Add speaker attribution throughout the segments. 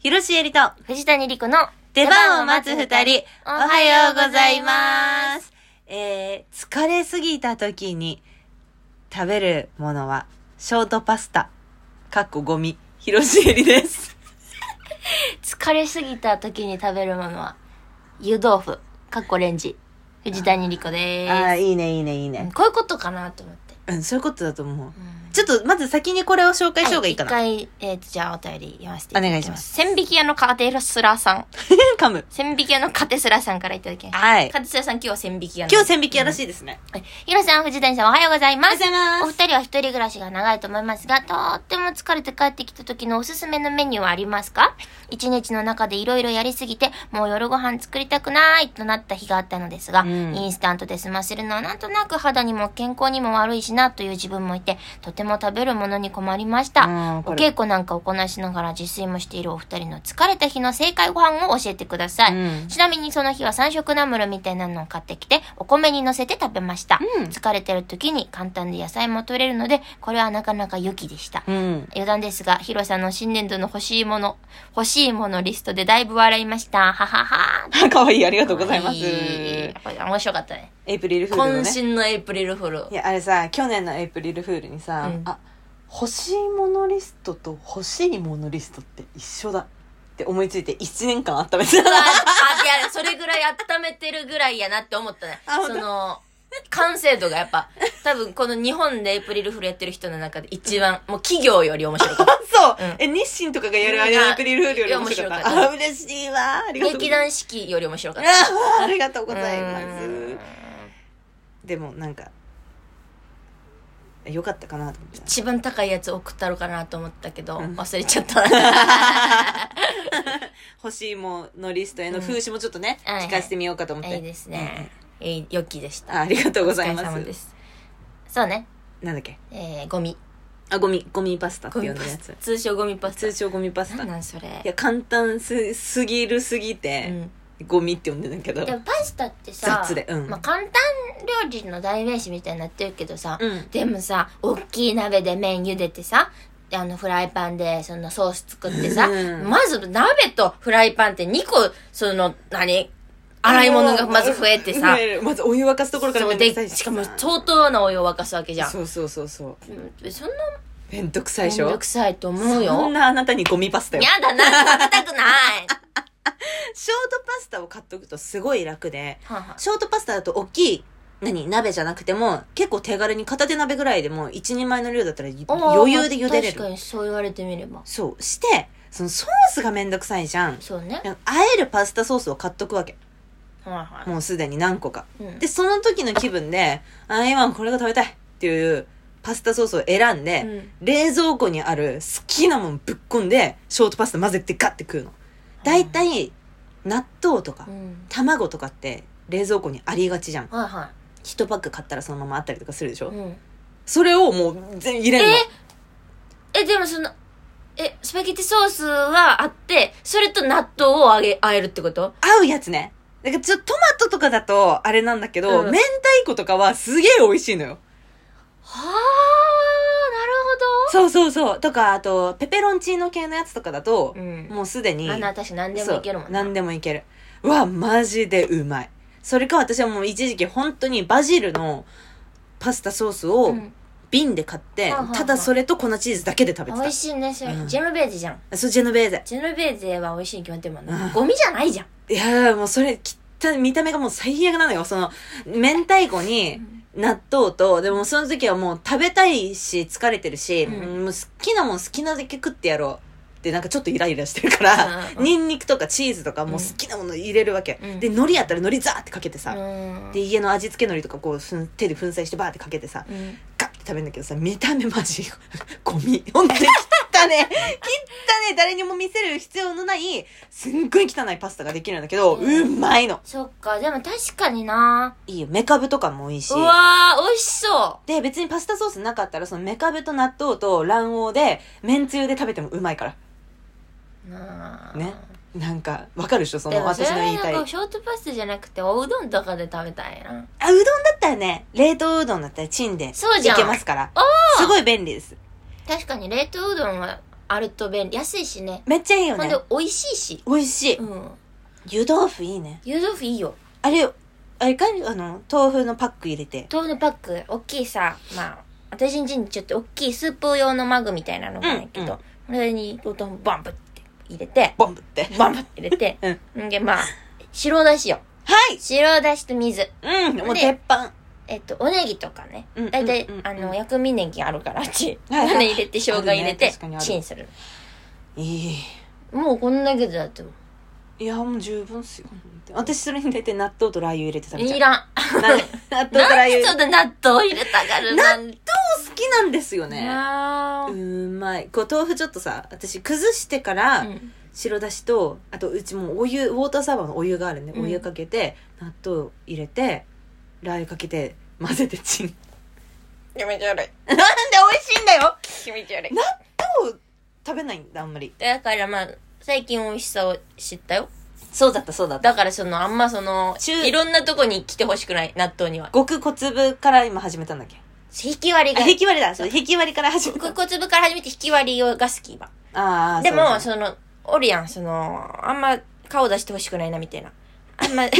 Speaker 1: 広瀬えりと
Speaker 2: 藤谷莉子の
Speaker 1: 出番を待つ二人、おはようございま。す。えー、疲れすぎた時に食べるものはショートパスタ、かっこゴミ、広瀬えりです。
Speaker 2: 疲れすぎた時に食べるものは、湯豆腐、かっこレンジ、藤谷莉 子
Speaker 1: あ
Speaker 2: で
Speaker 1: ー
Speaker 2: す。
Speaker 1: いいね、いいね、いい
Speaker 2: うん
Speaker 1: ね。
Speaker 2: こういうことかなと思って。
Speaker 1: うん、そういうことだと思う。
Speaker 2: うん
Speaker 1: ちょっとまず先にこれを紹介した方がいいかな。
Speaker 2: は一回、えーと、じゃあお便り読ませてただき
Speaker 1: お願いします。
Speaker 2: 千匹屋のカテスラさん。
Speaker 1: 噛む。
Speaker 2: 千匹屋のカテスラさんからいただきました。
Speaker 1: はい
Speaker 2: カテスラさん今日は千匹屋の。
Speaker 1: 今日千匹やら
Speaker 2: い。
Speaker 1: しいですね。
Speaker 2: 広瀬さん、藤谷さんおはようございま
Speaker 1: おはようご
Speaker 2: す。お
Speaker 1: ざいます
Speaker 2: 二人は一人暮らしが長いと思いますが、とーっても疲れて帰ってきた時のおすすめのメニューはありますか一日の中でいろいろやりすぎて、もう夜ご飯作りたくないとなった日があったのですが、
Speaker 1: うん
Speaker 2: インスタントで済ませるのはなんとなく肌にも健康にも悪いしなという自分もいて、とても食べるものに困りました。
Speaker 1: うんこ
Speaker 2: お
Speaker 1: れ
Speaker 2: 稽古なんかをこなしながら自炊もしているお二人の疲れた日の正解ご飯を教えてください。
Speaker 1: うん
Speaker 2: ちなみにその日は三色ナムルみたいなのを買ってきて、お米に乗せて食べました。
Speaker 1: うん
Speaker 2: 疲れてる時に簡単で野菜も取れるので、これはなかなか良きでした。
Speaker 1: うん。
Speaker 2: 余談ですが、ヒロさんの新年度の欲しいもの、欲しいものリストでだいぶ笑いました。ははは。
Speaker 1: かわいい、ありがとうございます。
Speaker 2: やっぱり面白かったね。
Speaker 1: エイプリルフールのね。
Speaker 2: 渾身のエイプリルフール。
Speaker 1: いやあれさ去年のエイプリルフールにさ、
Speaker 2: うん
Speaker 1: あ欲しいものリストと欲しいものリストって一緒だって思いついて1年間温めて
Speaker 2: あ、
Speaker 1: た
Speaker 2: いや、それぐらい温めてるぐらいやなって思ったね
Speaker 1: あ。本
Speaker 2: そ
Speaker 1: 当
Speaker 2: の、完成度がやっぱ、多分この日本でエイプリルフールやってる人の中で一番、もう企業より面白かった。
Speaker 1: そう、
Speaker 2: うん
Speaker 1: え日清とかがやるあれのエイプリルフールより面白かった
Speaker 2: いや面白かった
Speaker 1: あ嬉しいわありがとうご
Speaker 2: 劇
Speaker 1: ざいます
Speaker 2: 団四季より面白かった。
Speaker 1: あありがとうございま
Speaker 2: う
Speaker 1: す
Speaker 2: ん
Speaker 1: でもなんかよかったかなと思って
Speaker 2: 一番高いやつ送ったろかなと思ったけど、
Speaker 1: うん
Speaker 2: 忘れち ゃった。い
Speaker 1: 欲しいものリストへの風刺もちょっとね、
Speaker 2: うんはいはい
Speaker 1: 聞かせてみようかと思って、
Speaker 2: いですね。いい、良きでした。
Speaker 1: あありがとうございま
Speaker 2: お疲れ様
Speaker 1: す
Speaker 2: です。そうね。
Speaker 1: なんだっけ
Speaker 2: えー、ゴミ。
Speaker 1: あゴミゴミパスタって
Speaker 2: ゴ
Speaker 1: 呼ん
Speaker 2: ミ
Speaker 1: だ
Speaker 2: パ
Speaker 1: や
Speaker 2: ス
Speaker 1: つ
Speaker 2: タ。通称ゴミパスタ。
Speaker 1: 通称ゴミパスタ
Speaker 2: なん
Speaker 1: い
Speaker 2: なんそれ。
Speaker 1: や簡単すすぎるすぎ
Speaker 2: う
Speaker 1: て、
Speaker 2: ん
Speaker 1: ゴミって呼んでんだけど
Speaker 2: でもパスタってさ
Speaker 1: 雑でうん
Speaker 2: まあ、簡単料理の代名詞みたいになってるけどさ、
Speaker 1: うん
Speaker 2: でもさ大きい鍋で麺茹でてさであのフライパンでそのソース作ってさ、
Speaker 1: うん
Speaker 2: まず鍋とフライパンって2個その何洗い物がまず増えてさ
Speaker 1: 増えるまずお湯沸かすところから
Speaker 2: そ
Speaker 1: め
Speaker 2: う
Speaker 1: んどくさ
Speaker 2: で
Speaker 1: いし
Speaker 2: しかも相当なお湯を沸かすわけじゃん
Speaker 1: そうそうそうそう
Speaker 2: うんそんな
Speaker 1: めんどくさいで
Speaker 2: めん
Speaker 1: しょ
Speaker 2: どくさいと思う
Speaker 1: そん
Speaker 2: よ
Speaker 1: なあなたにゴミパスタよ
Speaker 2: やだな食べ たくない
Speaker 1: ショートパスタを買っとくとすごい楽で
Speaker 2: はあはあ
Speaker 1: ショートパスタだと大きい何鍋じゃなくても結構手軽に片手鍋ぐらいでも一人前の量だったら余裕で茹でれ
Speaker 2: 確か
Speaker 1: る
Speaker 2: にそう言われてみれば
Speaker 1: そうしてそのソースがめんどくさいじゃん
Speaker 2: そうね
Speaker 1: あえるパスタソースを買っとくわけ
Speaker 2: はいはい
Speaker 1: もうすでに何個か
Speaker 2: うん
Speaker 1: で、その時の気分で、あ、今これが食べたいっていうパスタソースを選んで、
Speaker 2: うん
Speaker 1: 冷蔵庫にある好きなもんぶっこんで、ショートパスタ混ぜてガッて食うの。だいたい、納豆とか、
Speaker 2: うん
Speaker 1: 卵とかって冷蔵庫にありがちじゃん。
Speaker 2: はいは
Speaker 1: 一パック買ったらそのままあったりとかするでしょ、
Speaker 2: い、うん、
Speaker 1: それをもう全入れんの。
Speaker 2: えでもそのえスパゲティソースはあってそれと納豆をあげあえるってこと
Speaker 1: 合うやつね。だからちょっとトマトとかだとあれなんだけど、
Speaker 2: うん
Speaker 1: 明太子とかはすげえ美味しいのよ。
Speaker 2: はあな
Speaker 1: そうそうそう。とか、あと、ペペロンチーノ系のやつとかだと、
Speaker 2: うん
Speaker 1: もうすでに、
Speaker 2: あんな私何でもいけるもんな
Speaker 1: そう何でもいけるうわマジでうまいそれか私はもう一時期本当にバジルのパスタソースを
Speaker 2: うん
Speaker 1: 瓶で買って、
Speaker 2: はあはあ
Speaker 1: ただそれと粉チーズだけで食べて
Speaker 2: 美味しいねそれ、
Speaker 1: うん
Speaker 2: ジェノベーゼじゃん
Speaker 1: たそうジェノベーゼ
Speaker 2: ジェノベーゼは美味しいに決まってるもん
Speaker 1: う
Speaker 2: なんゴミじゃないじゃん
Speaker 1: いやーもうそれ汚い見た目がもう最悪なのよその明太子に納豆とでもその時はもう食べたいし疲れてるし、
Speaker 2: うん
Speaker 1: もう好きなもん好きなだけ食ってやろうってなんかちょっとイライラしてるから、
Speaker 2: うん
Speaker 1: ニンニクとかチーズとかもう好きなもの入れるわけ、
Speaker 2: うん
Speaker 1: で海苔やったら海苔ザーってかけてさ、
Speaker 2: うん
Speaker 1: で家の味付け海苔とかこうふん手で粉砕してバーってかけてさ
Speaker 2: うん
Speaker 1: ガッて食べるんだけどさ見た目マジ ゴミほんとに汚ね汚ね誰にも見せる必要のないすんごい汚いパスタができるんだけど、う
Speaker 2: うん
Speaker 1: まいの
Speaker 2: そっかでも確かにない
Speaker 1: いよメカブとかも美味しいう
Speaker 2: わー美味しそ
Speaker 1: で別にパスタソースなかったらそのメカブと納豆と卵黄でめんつゆで食べてもうまいから
Speaker 2: うなあ
Speaker 1: ねなんかわかるでしょそ
Speaker 2: で
Speaker 1: の
Speaker 2: もそれ
Speaker 1: 私の
Speaker 2: は
Speaker 1: 言い
Speaker 2: な
Speaker 1: た
Speaker 2: ん
Speaker 1: い
Speaker 2: かショートパスタじゃなくておうどんとかで食べたいな
Speaker 1: あ、うどんだったらね、冷凍うどんだったらチンで。
Speaker 2: そうじゃん
Speaker 1: いけますから
Speaker 2: お。
Speaker 1: すごい便利です。
Speaker 2: 確かに冷凍うどんはあると便利。安いしね。
Speaker 1: めっちゃいいよ
Speaker 2: ほん
Speaker 1: ね
Speaker 2: で。、美味しいし。
Speaker 1: 美味しい。
Speaker 2: うん。
Speaker 1: 湯豆腐いいね。
Speaker 2: 湯豆腐いいよ。
Speaker 1: あれ、あれかあの、豆腐のパック入れて。
Speaker 2: 豆腐のパック、大きいさ、まあ、私んちにちょっと大きいスープ用のマグみたいなのがあるんやけ
Speaker 1: うんう
Speaker 2: ど、
Speaker 1: ん
Speaker 2: これにお豆腐バンブって入れて、
Speaker 1: ボンブって。
Speaker 2: バンブって入れて、んで、まあ、白だしよ。
Speaker 1: はい
Speaker 2: 白だしと水。
Speaker 1: うん、もう
Speaker 2: で
Speaker 1: 鉄板。
Speaker 2: えっと、おネギとかね
Speaker 1: うんうんうんう。ん
Speaker 2: 大体、あの、薬味ネギある から、あっち。
Speaker 1: はいはい
Speaker 2: 種入れて、生姜入れ
Speaker 1: あるね
Speaker 2: て
Speaker 1: 確かにあ、る
Speaker 2: チンする。
Speaker 1: いい。
Speaker 2: もうこんだけでだって、
Speaker 1: いや、もう十分っすよ。私それに大体納豆とラー油入れて食べちゃう
Speaker 2: い。らん。
Speaker 1: な納豆とラ
Speaker 2: なん
Speaker 1: ー
Speaker 2: でち
Speaker 1: 油。
Speaker 2: ょっと納豆入れたがるなんて。
Speaker 1: 好きなんですよね。
Speaker 2: なあ
Speaker 1: うまい。こう、豆腐ちょっとさ、私崩してから、
Speaker 2: うん
Speaker 1: 白だしと、あとうちもうお湯、ウォーターサーバーのお湯があるんで、
Speaker 2: うん
Speaker 1: お湯かけて、納豆入れて、ラー油かけて、混ぜてチン。なんで
Speaker 2: 気持ち悪い。
Speaker 1: 美味しいんだよ
Speaker 2: 気持ち悪い。
Speaker 1: 納豆食べないんだ、あんまり。
Speaker 2: だからまあ、最近美味しさを知ったよ。
Speaker 1: そうだった、そうだった。
Speaker 2: だからその、あんまその、
Speaker 1: 中
Speaker 2: いろんなとこに来てほしくない、納豆には。
Speaker 1: 極小粒から今始めたんだっけ
Speaker 2: 引き割りが
Speaker 1: あ、。引き割りだ。そう、引き割りから始めた。
Speaker 2: 小粒から始めて引き割りが好き、今。
Speaker 1: ああ、
Speaker 2: でも、
Speaker 1: そう
Speaker 2: その、おるやん、その、あんま顔出してほしくないな、みたいな。あ んま、い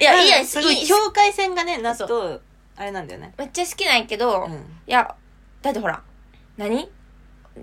Speaker 1: だ
Speaker 2: や、いいや
Speaker 1: うん
Speaker 2: ん、
Speaker 1: すごい、
Speaker 2: いい
Speaker 1: 境界線がね、納豆、あれなんだよね。
Speaker 2: めっちゃ好きなんやけど、
Speaker 1: う
Speaker 2: い
Speaker 1: ん。
Speaker 2: や、だってほら、何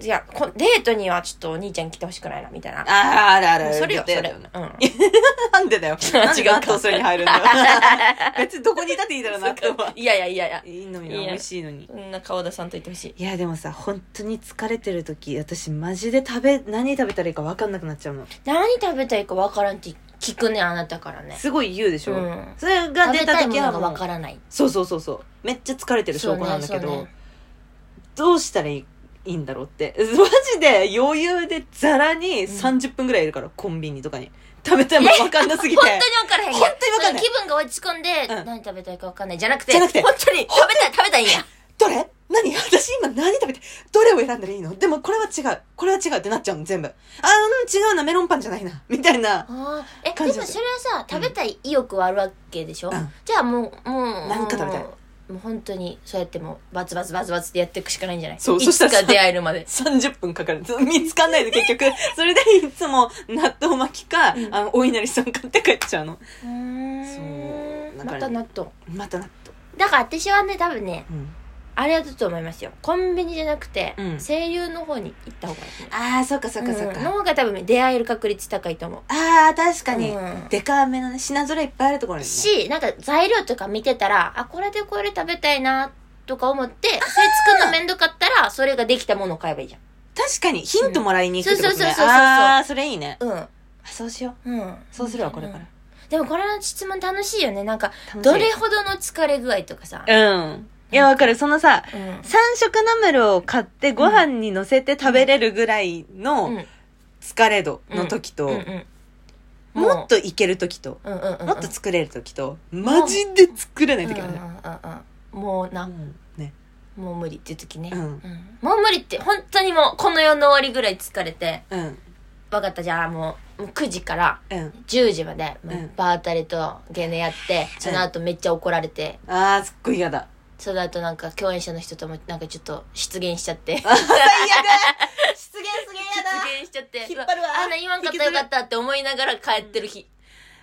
Speaker 2: いやこ、デートにはちょっとお兄ちゃん来てほしくないな、みたいな。
Speaker 1: ああ、あるあるある。
Speaker 2: それよ、そ
Speaker 1: 絶対
Speaker 2: れ。
Speaker 1: あるよね
Speaker 2: うん。
Speaker 1: なんでだ よ。なんで納豆それに入るんだよ。 別にどこにいたっていいだろう、 納豆は。
Speaker 2: いやいやいやいや。
Speaker 1: いいのに
Speaker 2: い
Speaker 1: な、
Speaker 2: や
Speaker 1: 美味しいのに。
Speaker 2: そんな顔出さんといてほしい。
Speaker 1: いや、でもさ、本当に疲れてる時、私マジで食べ、何食べたらいいか分かんなくなっちゃうの。
Speaker 2: 何食べたいか分からんって聞くねあなたからね
Speaker 1: すごい言うでしょ。
Speaker 2: うん
Speaker 1: それが
Speaker 2: 食
Speaker 1: 出
Speaker 2: べた
Speaker 1: た
Speaker 2: いも
Speaker 1: 時
Speaker 2: の
Speaker 1: は
Speaker 2: が
Speaker 1: も
Speaker 2: 分
Speaker 1: う
Speaker 2: か、らない
Speaker 1: そうそうそうそう。めっちゃ疲れてる証拠なんだけど、
Speaker 2: そうねそうね
Speaker 1: どうしたらいいいいんだろうって。マジで余裕でザラに30分ぐらいいるから、コンビニとかに。食べたいもの分かんなすぎて。
Speaker 2: 本当に分からへんや
Speaker 1: 本当に分かんない
Speaker 2: その気分が落ち込んで、
Speaker 1: うん
Speaker 2: 何食べたいか分かんないじゃなくて
Speaker 1: じゃなくて
Speaker 2: 本当に食べたい食べたいんや
Speaker 1: どれ何私今何食べて、どれを選んだらいいのでもこれは違う。これは違うってなっちゃうの、全部。あー、うん違うな、メロンパンじゃないな。みたいな。
Speaker 2: あーえで
Speaker 1: 感
Speaker 2: も
Speaker 1: じ
Speaker 2: そ
Speaker 1: で
Speaker 2: れは
Speaker 1: す
Speaker 2: さ食べたい意欲はあるわけでしょ、
Speaker 1: うん
Speaker 2: じゃあもうもう
Speaker 1: なんか食べたい
Speaker 2: もうもう本当にそうやってもうバツバツバツバツってやっていくしかないんじゃない
Speaker 1: そう
Speaker 2: い
Speaker 1: そ
Speaker 2: つ
Speaker 1: したら
Speaker 2: か
Speaker 1: さ
Speaker 2: 出会える まで
Speaker 1: 30分かかる。見つかんないで結局。それでいつも納豆巻きか、
Speaker 2: うん
Speaker 1: あの、お稲荷さん買って帰っちゃうの。
Speaker 2: うーん
Speaker 1: そうだか
Speaker 2: ま
Speaker 1: ら
Speaker 2: た納豆
Speaker 1: また納
Speaker 2: だから私はね多分ね
Speaker 1: 豆。うん。
Speaker 2: あれだと思いますよコンビニじゃなくて、
Speaker 1: うん
Speaker 2: 声優の方に行った方がいいね
Speaker 1: ああ、そっかそっかそっ
Speaker 2: うんの
Speaker 1: か。
Speaker 2: 方が多分出会える確率高いと思
Speaker 1: ああ、確かに。
Speaker 2: うん
Speaker 1: でかめのね、品揃えいっぱいあるところ
Speaker 2: う
Speaker 1: に、ね。
Speaker 2: しなんか材料とか見てたらあこれでこれ食べたいなとか思ってそれ作るのめんどかったらそれができたものを買えばいいじ
Speaker 1: 確かに、ヒントもらいに行くってことね。
Speaker 2: うんそうそうそうそうそう
Speaker 1: ああ、それいいね。
Speaker 2: ゃんうん
Speaker 1: あそうしよう。
Speaker 2: うん
Speaker 1: そうするわ、これから。
Speaker 2: でもこれの質問楽しいよねなんか
Speaker 1: 楽しい
Speaker 2: どれほどの疲れ具合とかさ、
Speaker 1: うん。いや、わかる。そのさ、
Speaker 2: うん
Speaker 1: 三色ナムルを買ってご飯に乗せて食べれるぐらい
Speaker 2: うん
Speaker 1: の疲れ度の時と、
Speaker 2: うんうんもう
Speaker 1: もっといける時と、
Speaker 2: うんうんうんうん
Speaker 1: もっと作れる時と、マジで作れない時あ
Speaker 2: うん
Speaker 1: る
Speaker 2: うん
Speaker 1: ね。
Speaker 2: うんうんもうな
Speaker 1: うんね。
Speaker 2: もう無理っていう時ね、
Speaker 1: うん
Speaker 2: もう無理って本当にもうこの世の終わりぐらい疲れて
Speaker 1: うん。
Speaker 2: 分かったじゃあもうもう9時から
Speaker 1: うん。
Speaker 2: 10時まで、
Speaker 1: ん
Speaker 2: もうバータレとゲネやって、その後めっちゃ怒られて、
Speaker 1: あー、すっごい嫌だ。
Speaker 2: その後なんか共演者の人ともなんかちょっと失言しちゃって。
Speaker 1: あー、最悪失言すげえ嫌だ
Speaker 2: 失言しちゃって。
Speaker 1: 引っ張るわ
Speaker 2: あんな言わんかったらよかったって思いながら帰ってる日。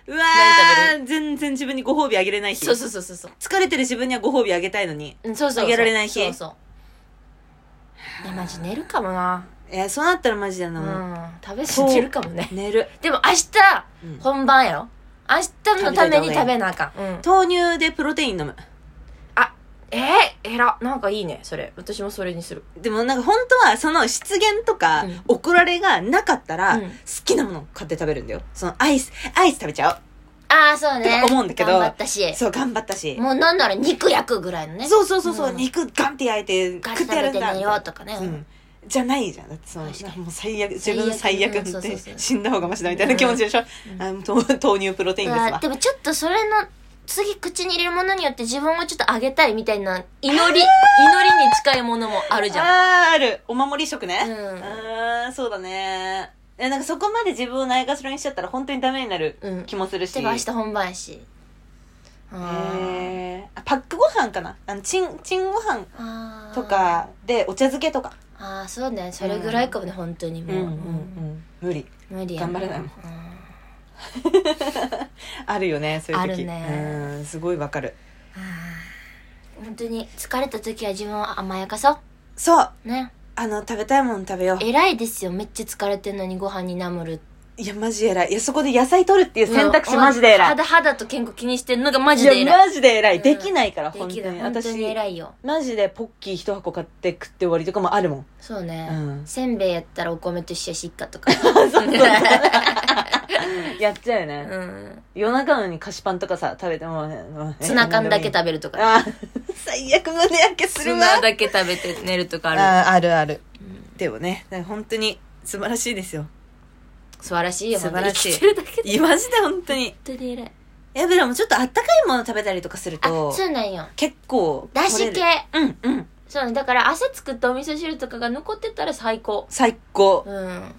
Speaker 1: うわ
Speaker 2: 何食
Speaker 1: ー、全然自分にご褒美あげれない日。
Speaker 2: そうそうそうそうそう。
Speaker 1: 疲れてる自分にはご褒美あげたいのに。
Speaker 2: うんそうそうそう。
Speaker 1: あげられない日
Speaker 2: そうそう。いや、マジ寝るかもな。
Speaker 1: えー、そうなったらマジだ
Speaker 2: う
Speaker 1: な。
Speaker 2: ん。食べ過ぎるかもね。
Speaker 1: 寝る。
Speaker 2: でも明日
Speaker 1: うん、
Speaker 2: 本番よ。明日のために食べなあかん。うん。
Speaker 1: 豆乳でプロテイン飲む。
Speaker 2: あ、えー、えら。なんかいいね、それ。私もそれにする。
Speaker 1: でもなんか本当はその失言とか
Speaker 2: うん
Speaker 1: 怒られがなかったら
Speaker 2: うん
Speaker 1: 好きなものを買って食べるんだよ。そのアイス、アイス食べちゃ
Speaker 2: ああ、そう
Speaker 1: と
Speaker 2: ね。
Speaker 1: か思うんだけど
Speaker 2: 頑張ったし。
Speaker 1: う。そう、頑張ったし。
Speaker 2: もうなんなら肉焼くぐらいのね。
Speaker 1: そうそうそうそう、
Speaker 2: うん
Speaker 1: 肉ガンって焼いて
Speaker 2: ガ
Speaker 1: 食
Speaker 2: チ
Speaker 1: っ
Speaker 2: 食
Speaker 1: てや
Speaker 2: べ
Speaker 1: るん
Speaker 2: て
Speaker 1: だ。
Speaker 2: 寝ようとかね。
Speaker 1: うん。じゃないじゃん。だってその、もう
Speaker 2: 確かに
Speaker 1: 最悪、自分最悪
Speaker 2: 最悪うんそうそうそう
Speaker 1: で死んだ方がマシだみたいな気持ちでしょ。あのと豆乳プロテイン
Speaker 2: う
Speaker 1: です
Speaker 2: わ
Speaker 1: わ
Speaker 2: で。もちょっとそれの、次口に入れるものによって自分をちょっとあげたいみたいな、祈り、祈りに近いものもあるじゃん。
Speaker 1: あーある。お守り食ね。
Speaker 2: うん
Speaker 1: あーそうだね。え、なんかそこまで自分をないがしろにしちゃったら本当にダメになる
Speaker 2: うん
Speaker 1: 気もするし。
Speaker 2: でも明日本番やし。あ
Speaker 1: へーあパックご飯かなあのチンチンご飯
Speaker 2: あ。
Speaker 1: と。かでお茶漬けとか
Speaker 2: あああそうねそれぐらいかもね、本当に
Speaker 1: う
Speaker 2: も
Speaker 1: ん
Speaker 2: う、
Speaker 1: うんう
Speaker 2: うん
Speaker 1: ん無理
Speaker 2: 無理や
Speaker 1: 頑張れないもん
Speaker 2: うん
Speaker 1: あるよねそういう時
Speaker 2: あるね
Speaker 1: うんすごいわかる
Speaker 2: 本当に疲れた時は自分を甘やかそ
Speaker 1: そう
Speaker 2: うね
Speaker 1: あの食べたいもの食べよう
Speaker 2: 偉いですよめっちゃ疲れてんのにご飯になむる
Speaker 1: いやマジ偉いいやそこで野菜取るっていう選択肢マジで偉い
Speaker 2: 肌肌と健康気にしてんのがマジで
Speaker 1: い
Speaker 2: 偉
Speaker 1: や
Speaker 2: い
Speaker 1: マジで偉い、
Speaker 2: うん
Speaker 1: できないから
Speaker 2: で
Speaker 1: 本当
Speaker 2: き
Speaker 1: に
Speaker 2: る本当に偉いよ
Speaker 1: マジでポッキー一箱買って食って終わりとかもあるもん、
Speaker 2: そう
Speaker 1: う
Speaker 2: ね、
Speaker 1: ん、
Speaker 2: せんべいやったらお米と一緒やしいっかとか
Speaker 1: やっちゃうよね、
Speaker 2: うん
Speaker 1: 夜中なのに菓子パンとかさ食べてももう
Speaker 2: ツナ缶だけ食べるとか
Speaker 1: あー最悪胸焼けす
Speaker 2: ツ
Speaker 1: るわ
Speaker 2: ナだけ食べて寝るとかある
Speaker 1: あーあるある
Speaker 2: うん
Speaker 1: でもねだから本当に素晴らしいですよ
Speaker 2: 素晴らしいよ
Speaker 1: 素晴らしい
Speaker 2: 本当に生きてるだけで
Speaker 1: いやマジで本当に
Speaker 2: 本当に偉い
Speaker 1: やべでもちょっとあったかいもの食べたりとかする
Speaker 2: あ
Speaker 1: と
Speaker 2: そうなんよ
Speaker 1: 結構
Speaker 2: だ
Speaker 1: 取
Speaker 2: し
Speaker 1: れる
Speaker 2: 系
Speaker 1: うんうん
Speaker 2: そうねだから汗作ったお味噌汁とかが残ってたら最高
Speaker 1: 最高
Speaker 2: うん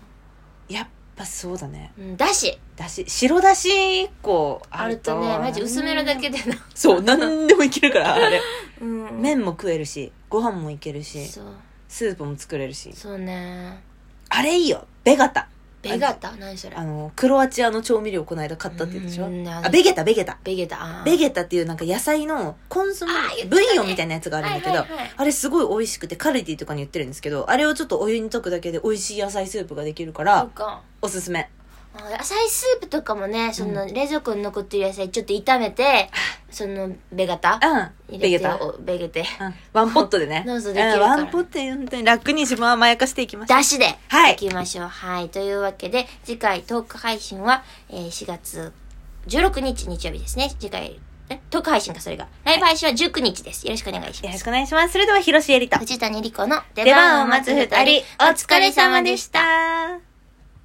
Speaker 1: やっぱそうだね
Speaker 2: うんだし
Speaker 1: だし白だし1個
Speaker 2: あ
Speaker 1: あ
Speaker 2: る
Speaker 1: る
Speaker 2: と
Speaker 1: と
Speaker 2: ねマジ薄めのだけでな、
Speaker 1: そう何でもいける からあれ
Speaker 2: うん
Speaker 1: 麺も食えるしご飯もいけるし
Speaker 2: そう
Speaker 1: スープも作れるし
Speaker 2: そうね
Speaker 1: あれいいよベガタ
Speaker 2: ベガタ何それ
Speaker 1: あのクロアチアの調味料この間買ったって言ったでしょ
Speaker 2: うん
Speaker 1: あベゲタベゲタ
Speaker 2: ベゲタあー
Speaker 1: ベゲタっていうなんか野菜のコンソメ
Speaker 2: あー言ってたね
Speaker 1: ブイヨンみたいなやつがあるんだけど、
Speaker 2: はいはいはい
Speaker 1: あれすごい美味しくてカルディとかに売ってるんですけどあれをちょっとお湯に溶くだけで美味しい野菜スープができるか
Speaker 2: そう
Speaker 1: ら
Speaker 2: か
Speaker 1: おすすめ
Speaker 2: あー野菜スープとかもねその
Speaker 1: う
Speaker 2: 冷蔵庫に残ってる野菜ちょっと炒めて、そのベガタ
Speaker 1: うん
Speaker 2: 入れて
Speaker 1: ベゲタ、うん、
Speaker 2: おベゲタ
Speaker 1: ワンポットでね
Speaker 2: どうぞできるから
Speaker 1: うんワンポットで本当に楽に自分は甘やかしていきましょう
Speaker 2: だしで
Speaker 1: はい
Speaker 2: いきましょうはいというわけで次回トーク配信は、えー4月16日日曜日ですね次回えトーク配信かそれがライブ配信は19日ですよろしくお願いします
Speaker 1: よろしくお願いしますそれでは広瀬エリと
Speaker 2: 藤谷莉子の出
Speaker 1: 出
Speaker 2: 番
Speaker 1: 番
Speaker 2: を
Speaker 1: を
Speaker 2: 待
Speaker 1: 待
Speaker 2: つ
Speaker 1: つ二
Speaker 2: 二人
Speaker 1: 人、
Speaker 2: お
Speaker 1: お
Speaker 2: 疲
Speaker 1: 疲
Speaker 2: れ
Speaker 1: れ
Speaker 2: 様
Speaker 1: 様
Speaker 2: で
Speaker 1: で
Speaker 2: し
Speaker 1: したた。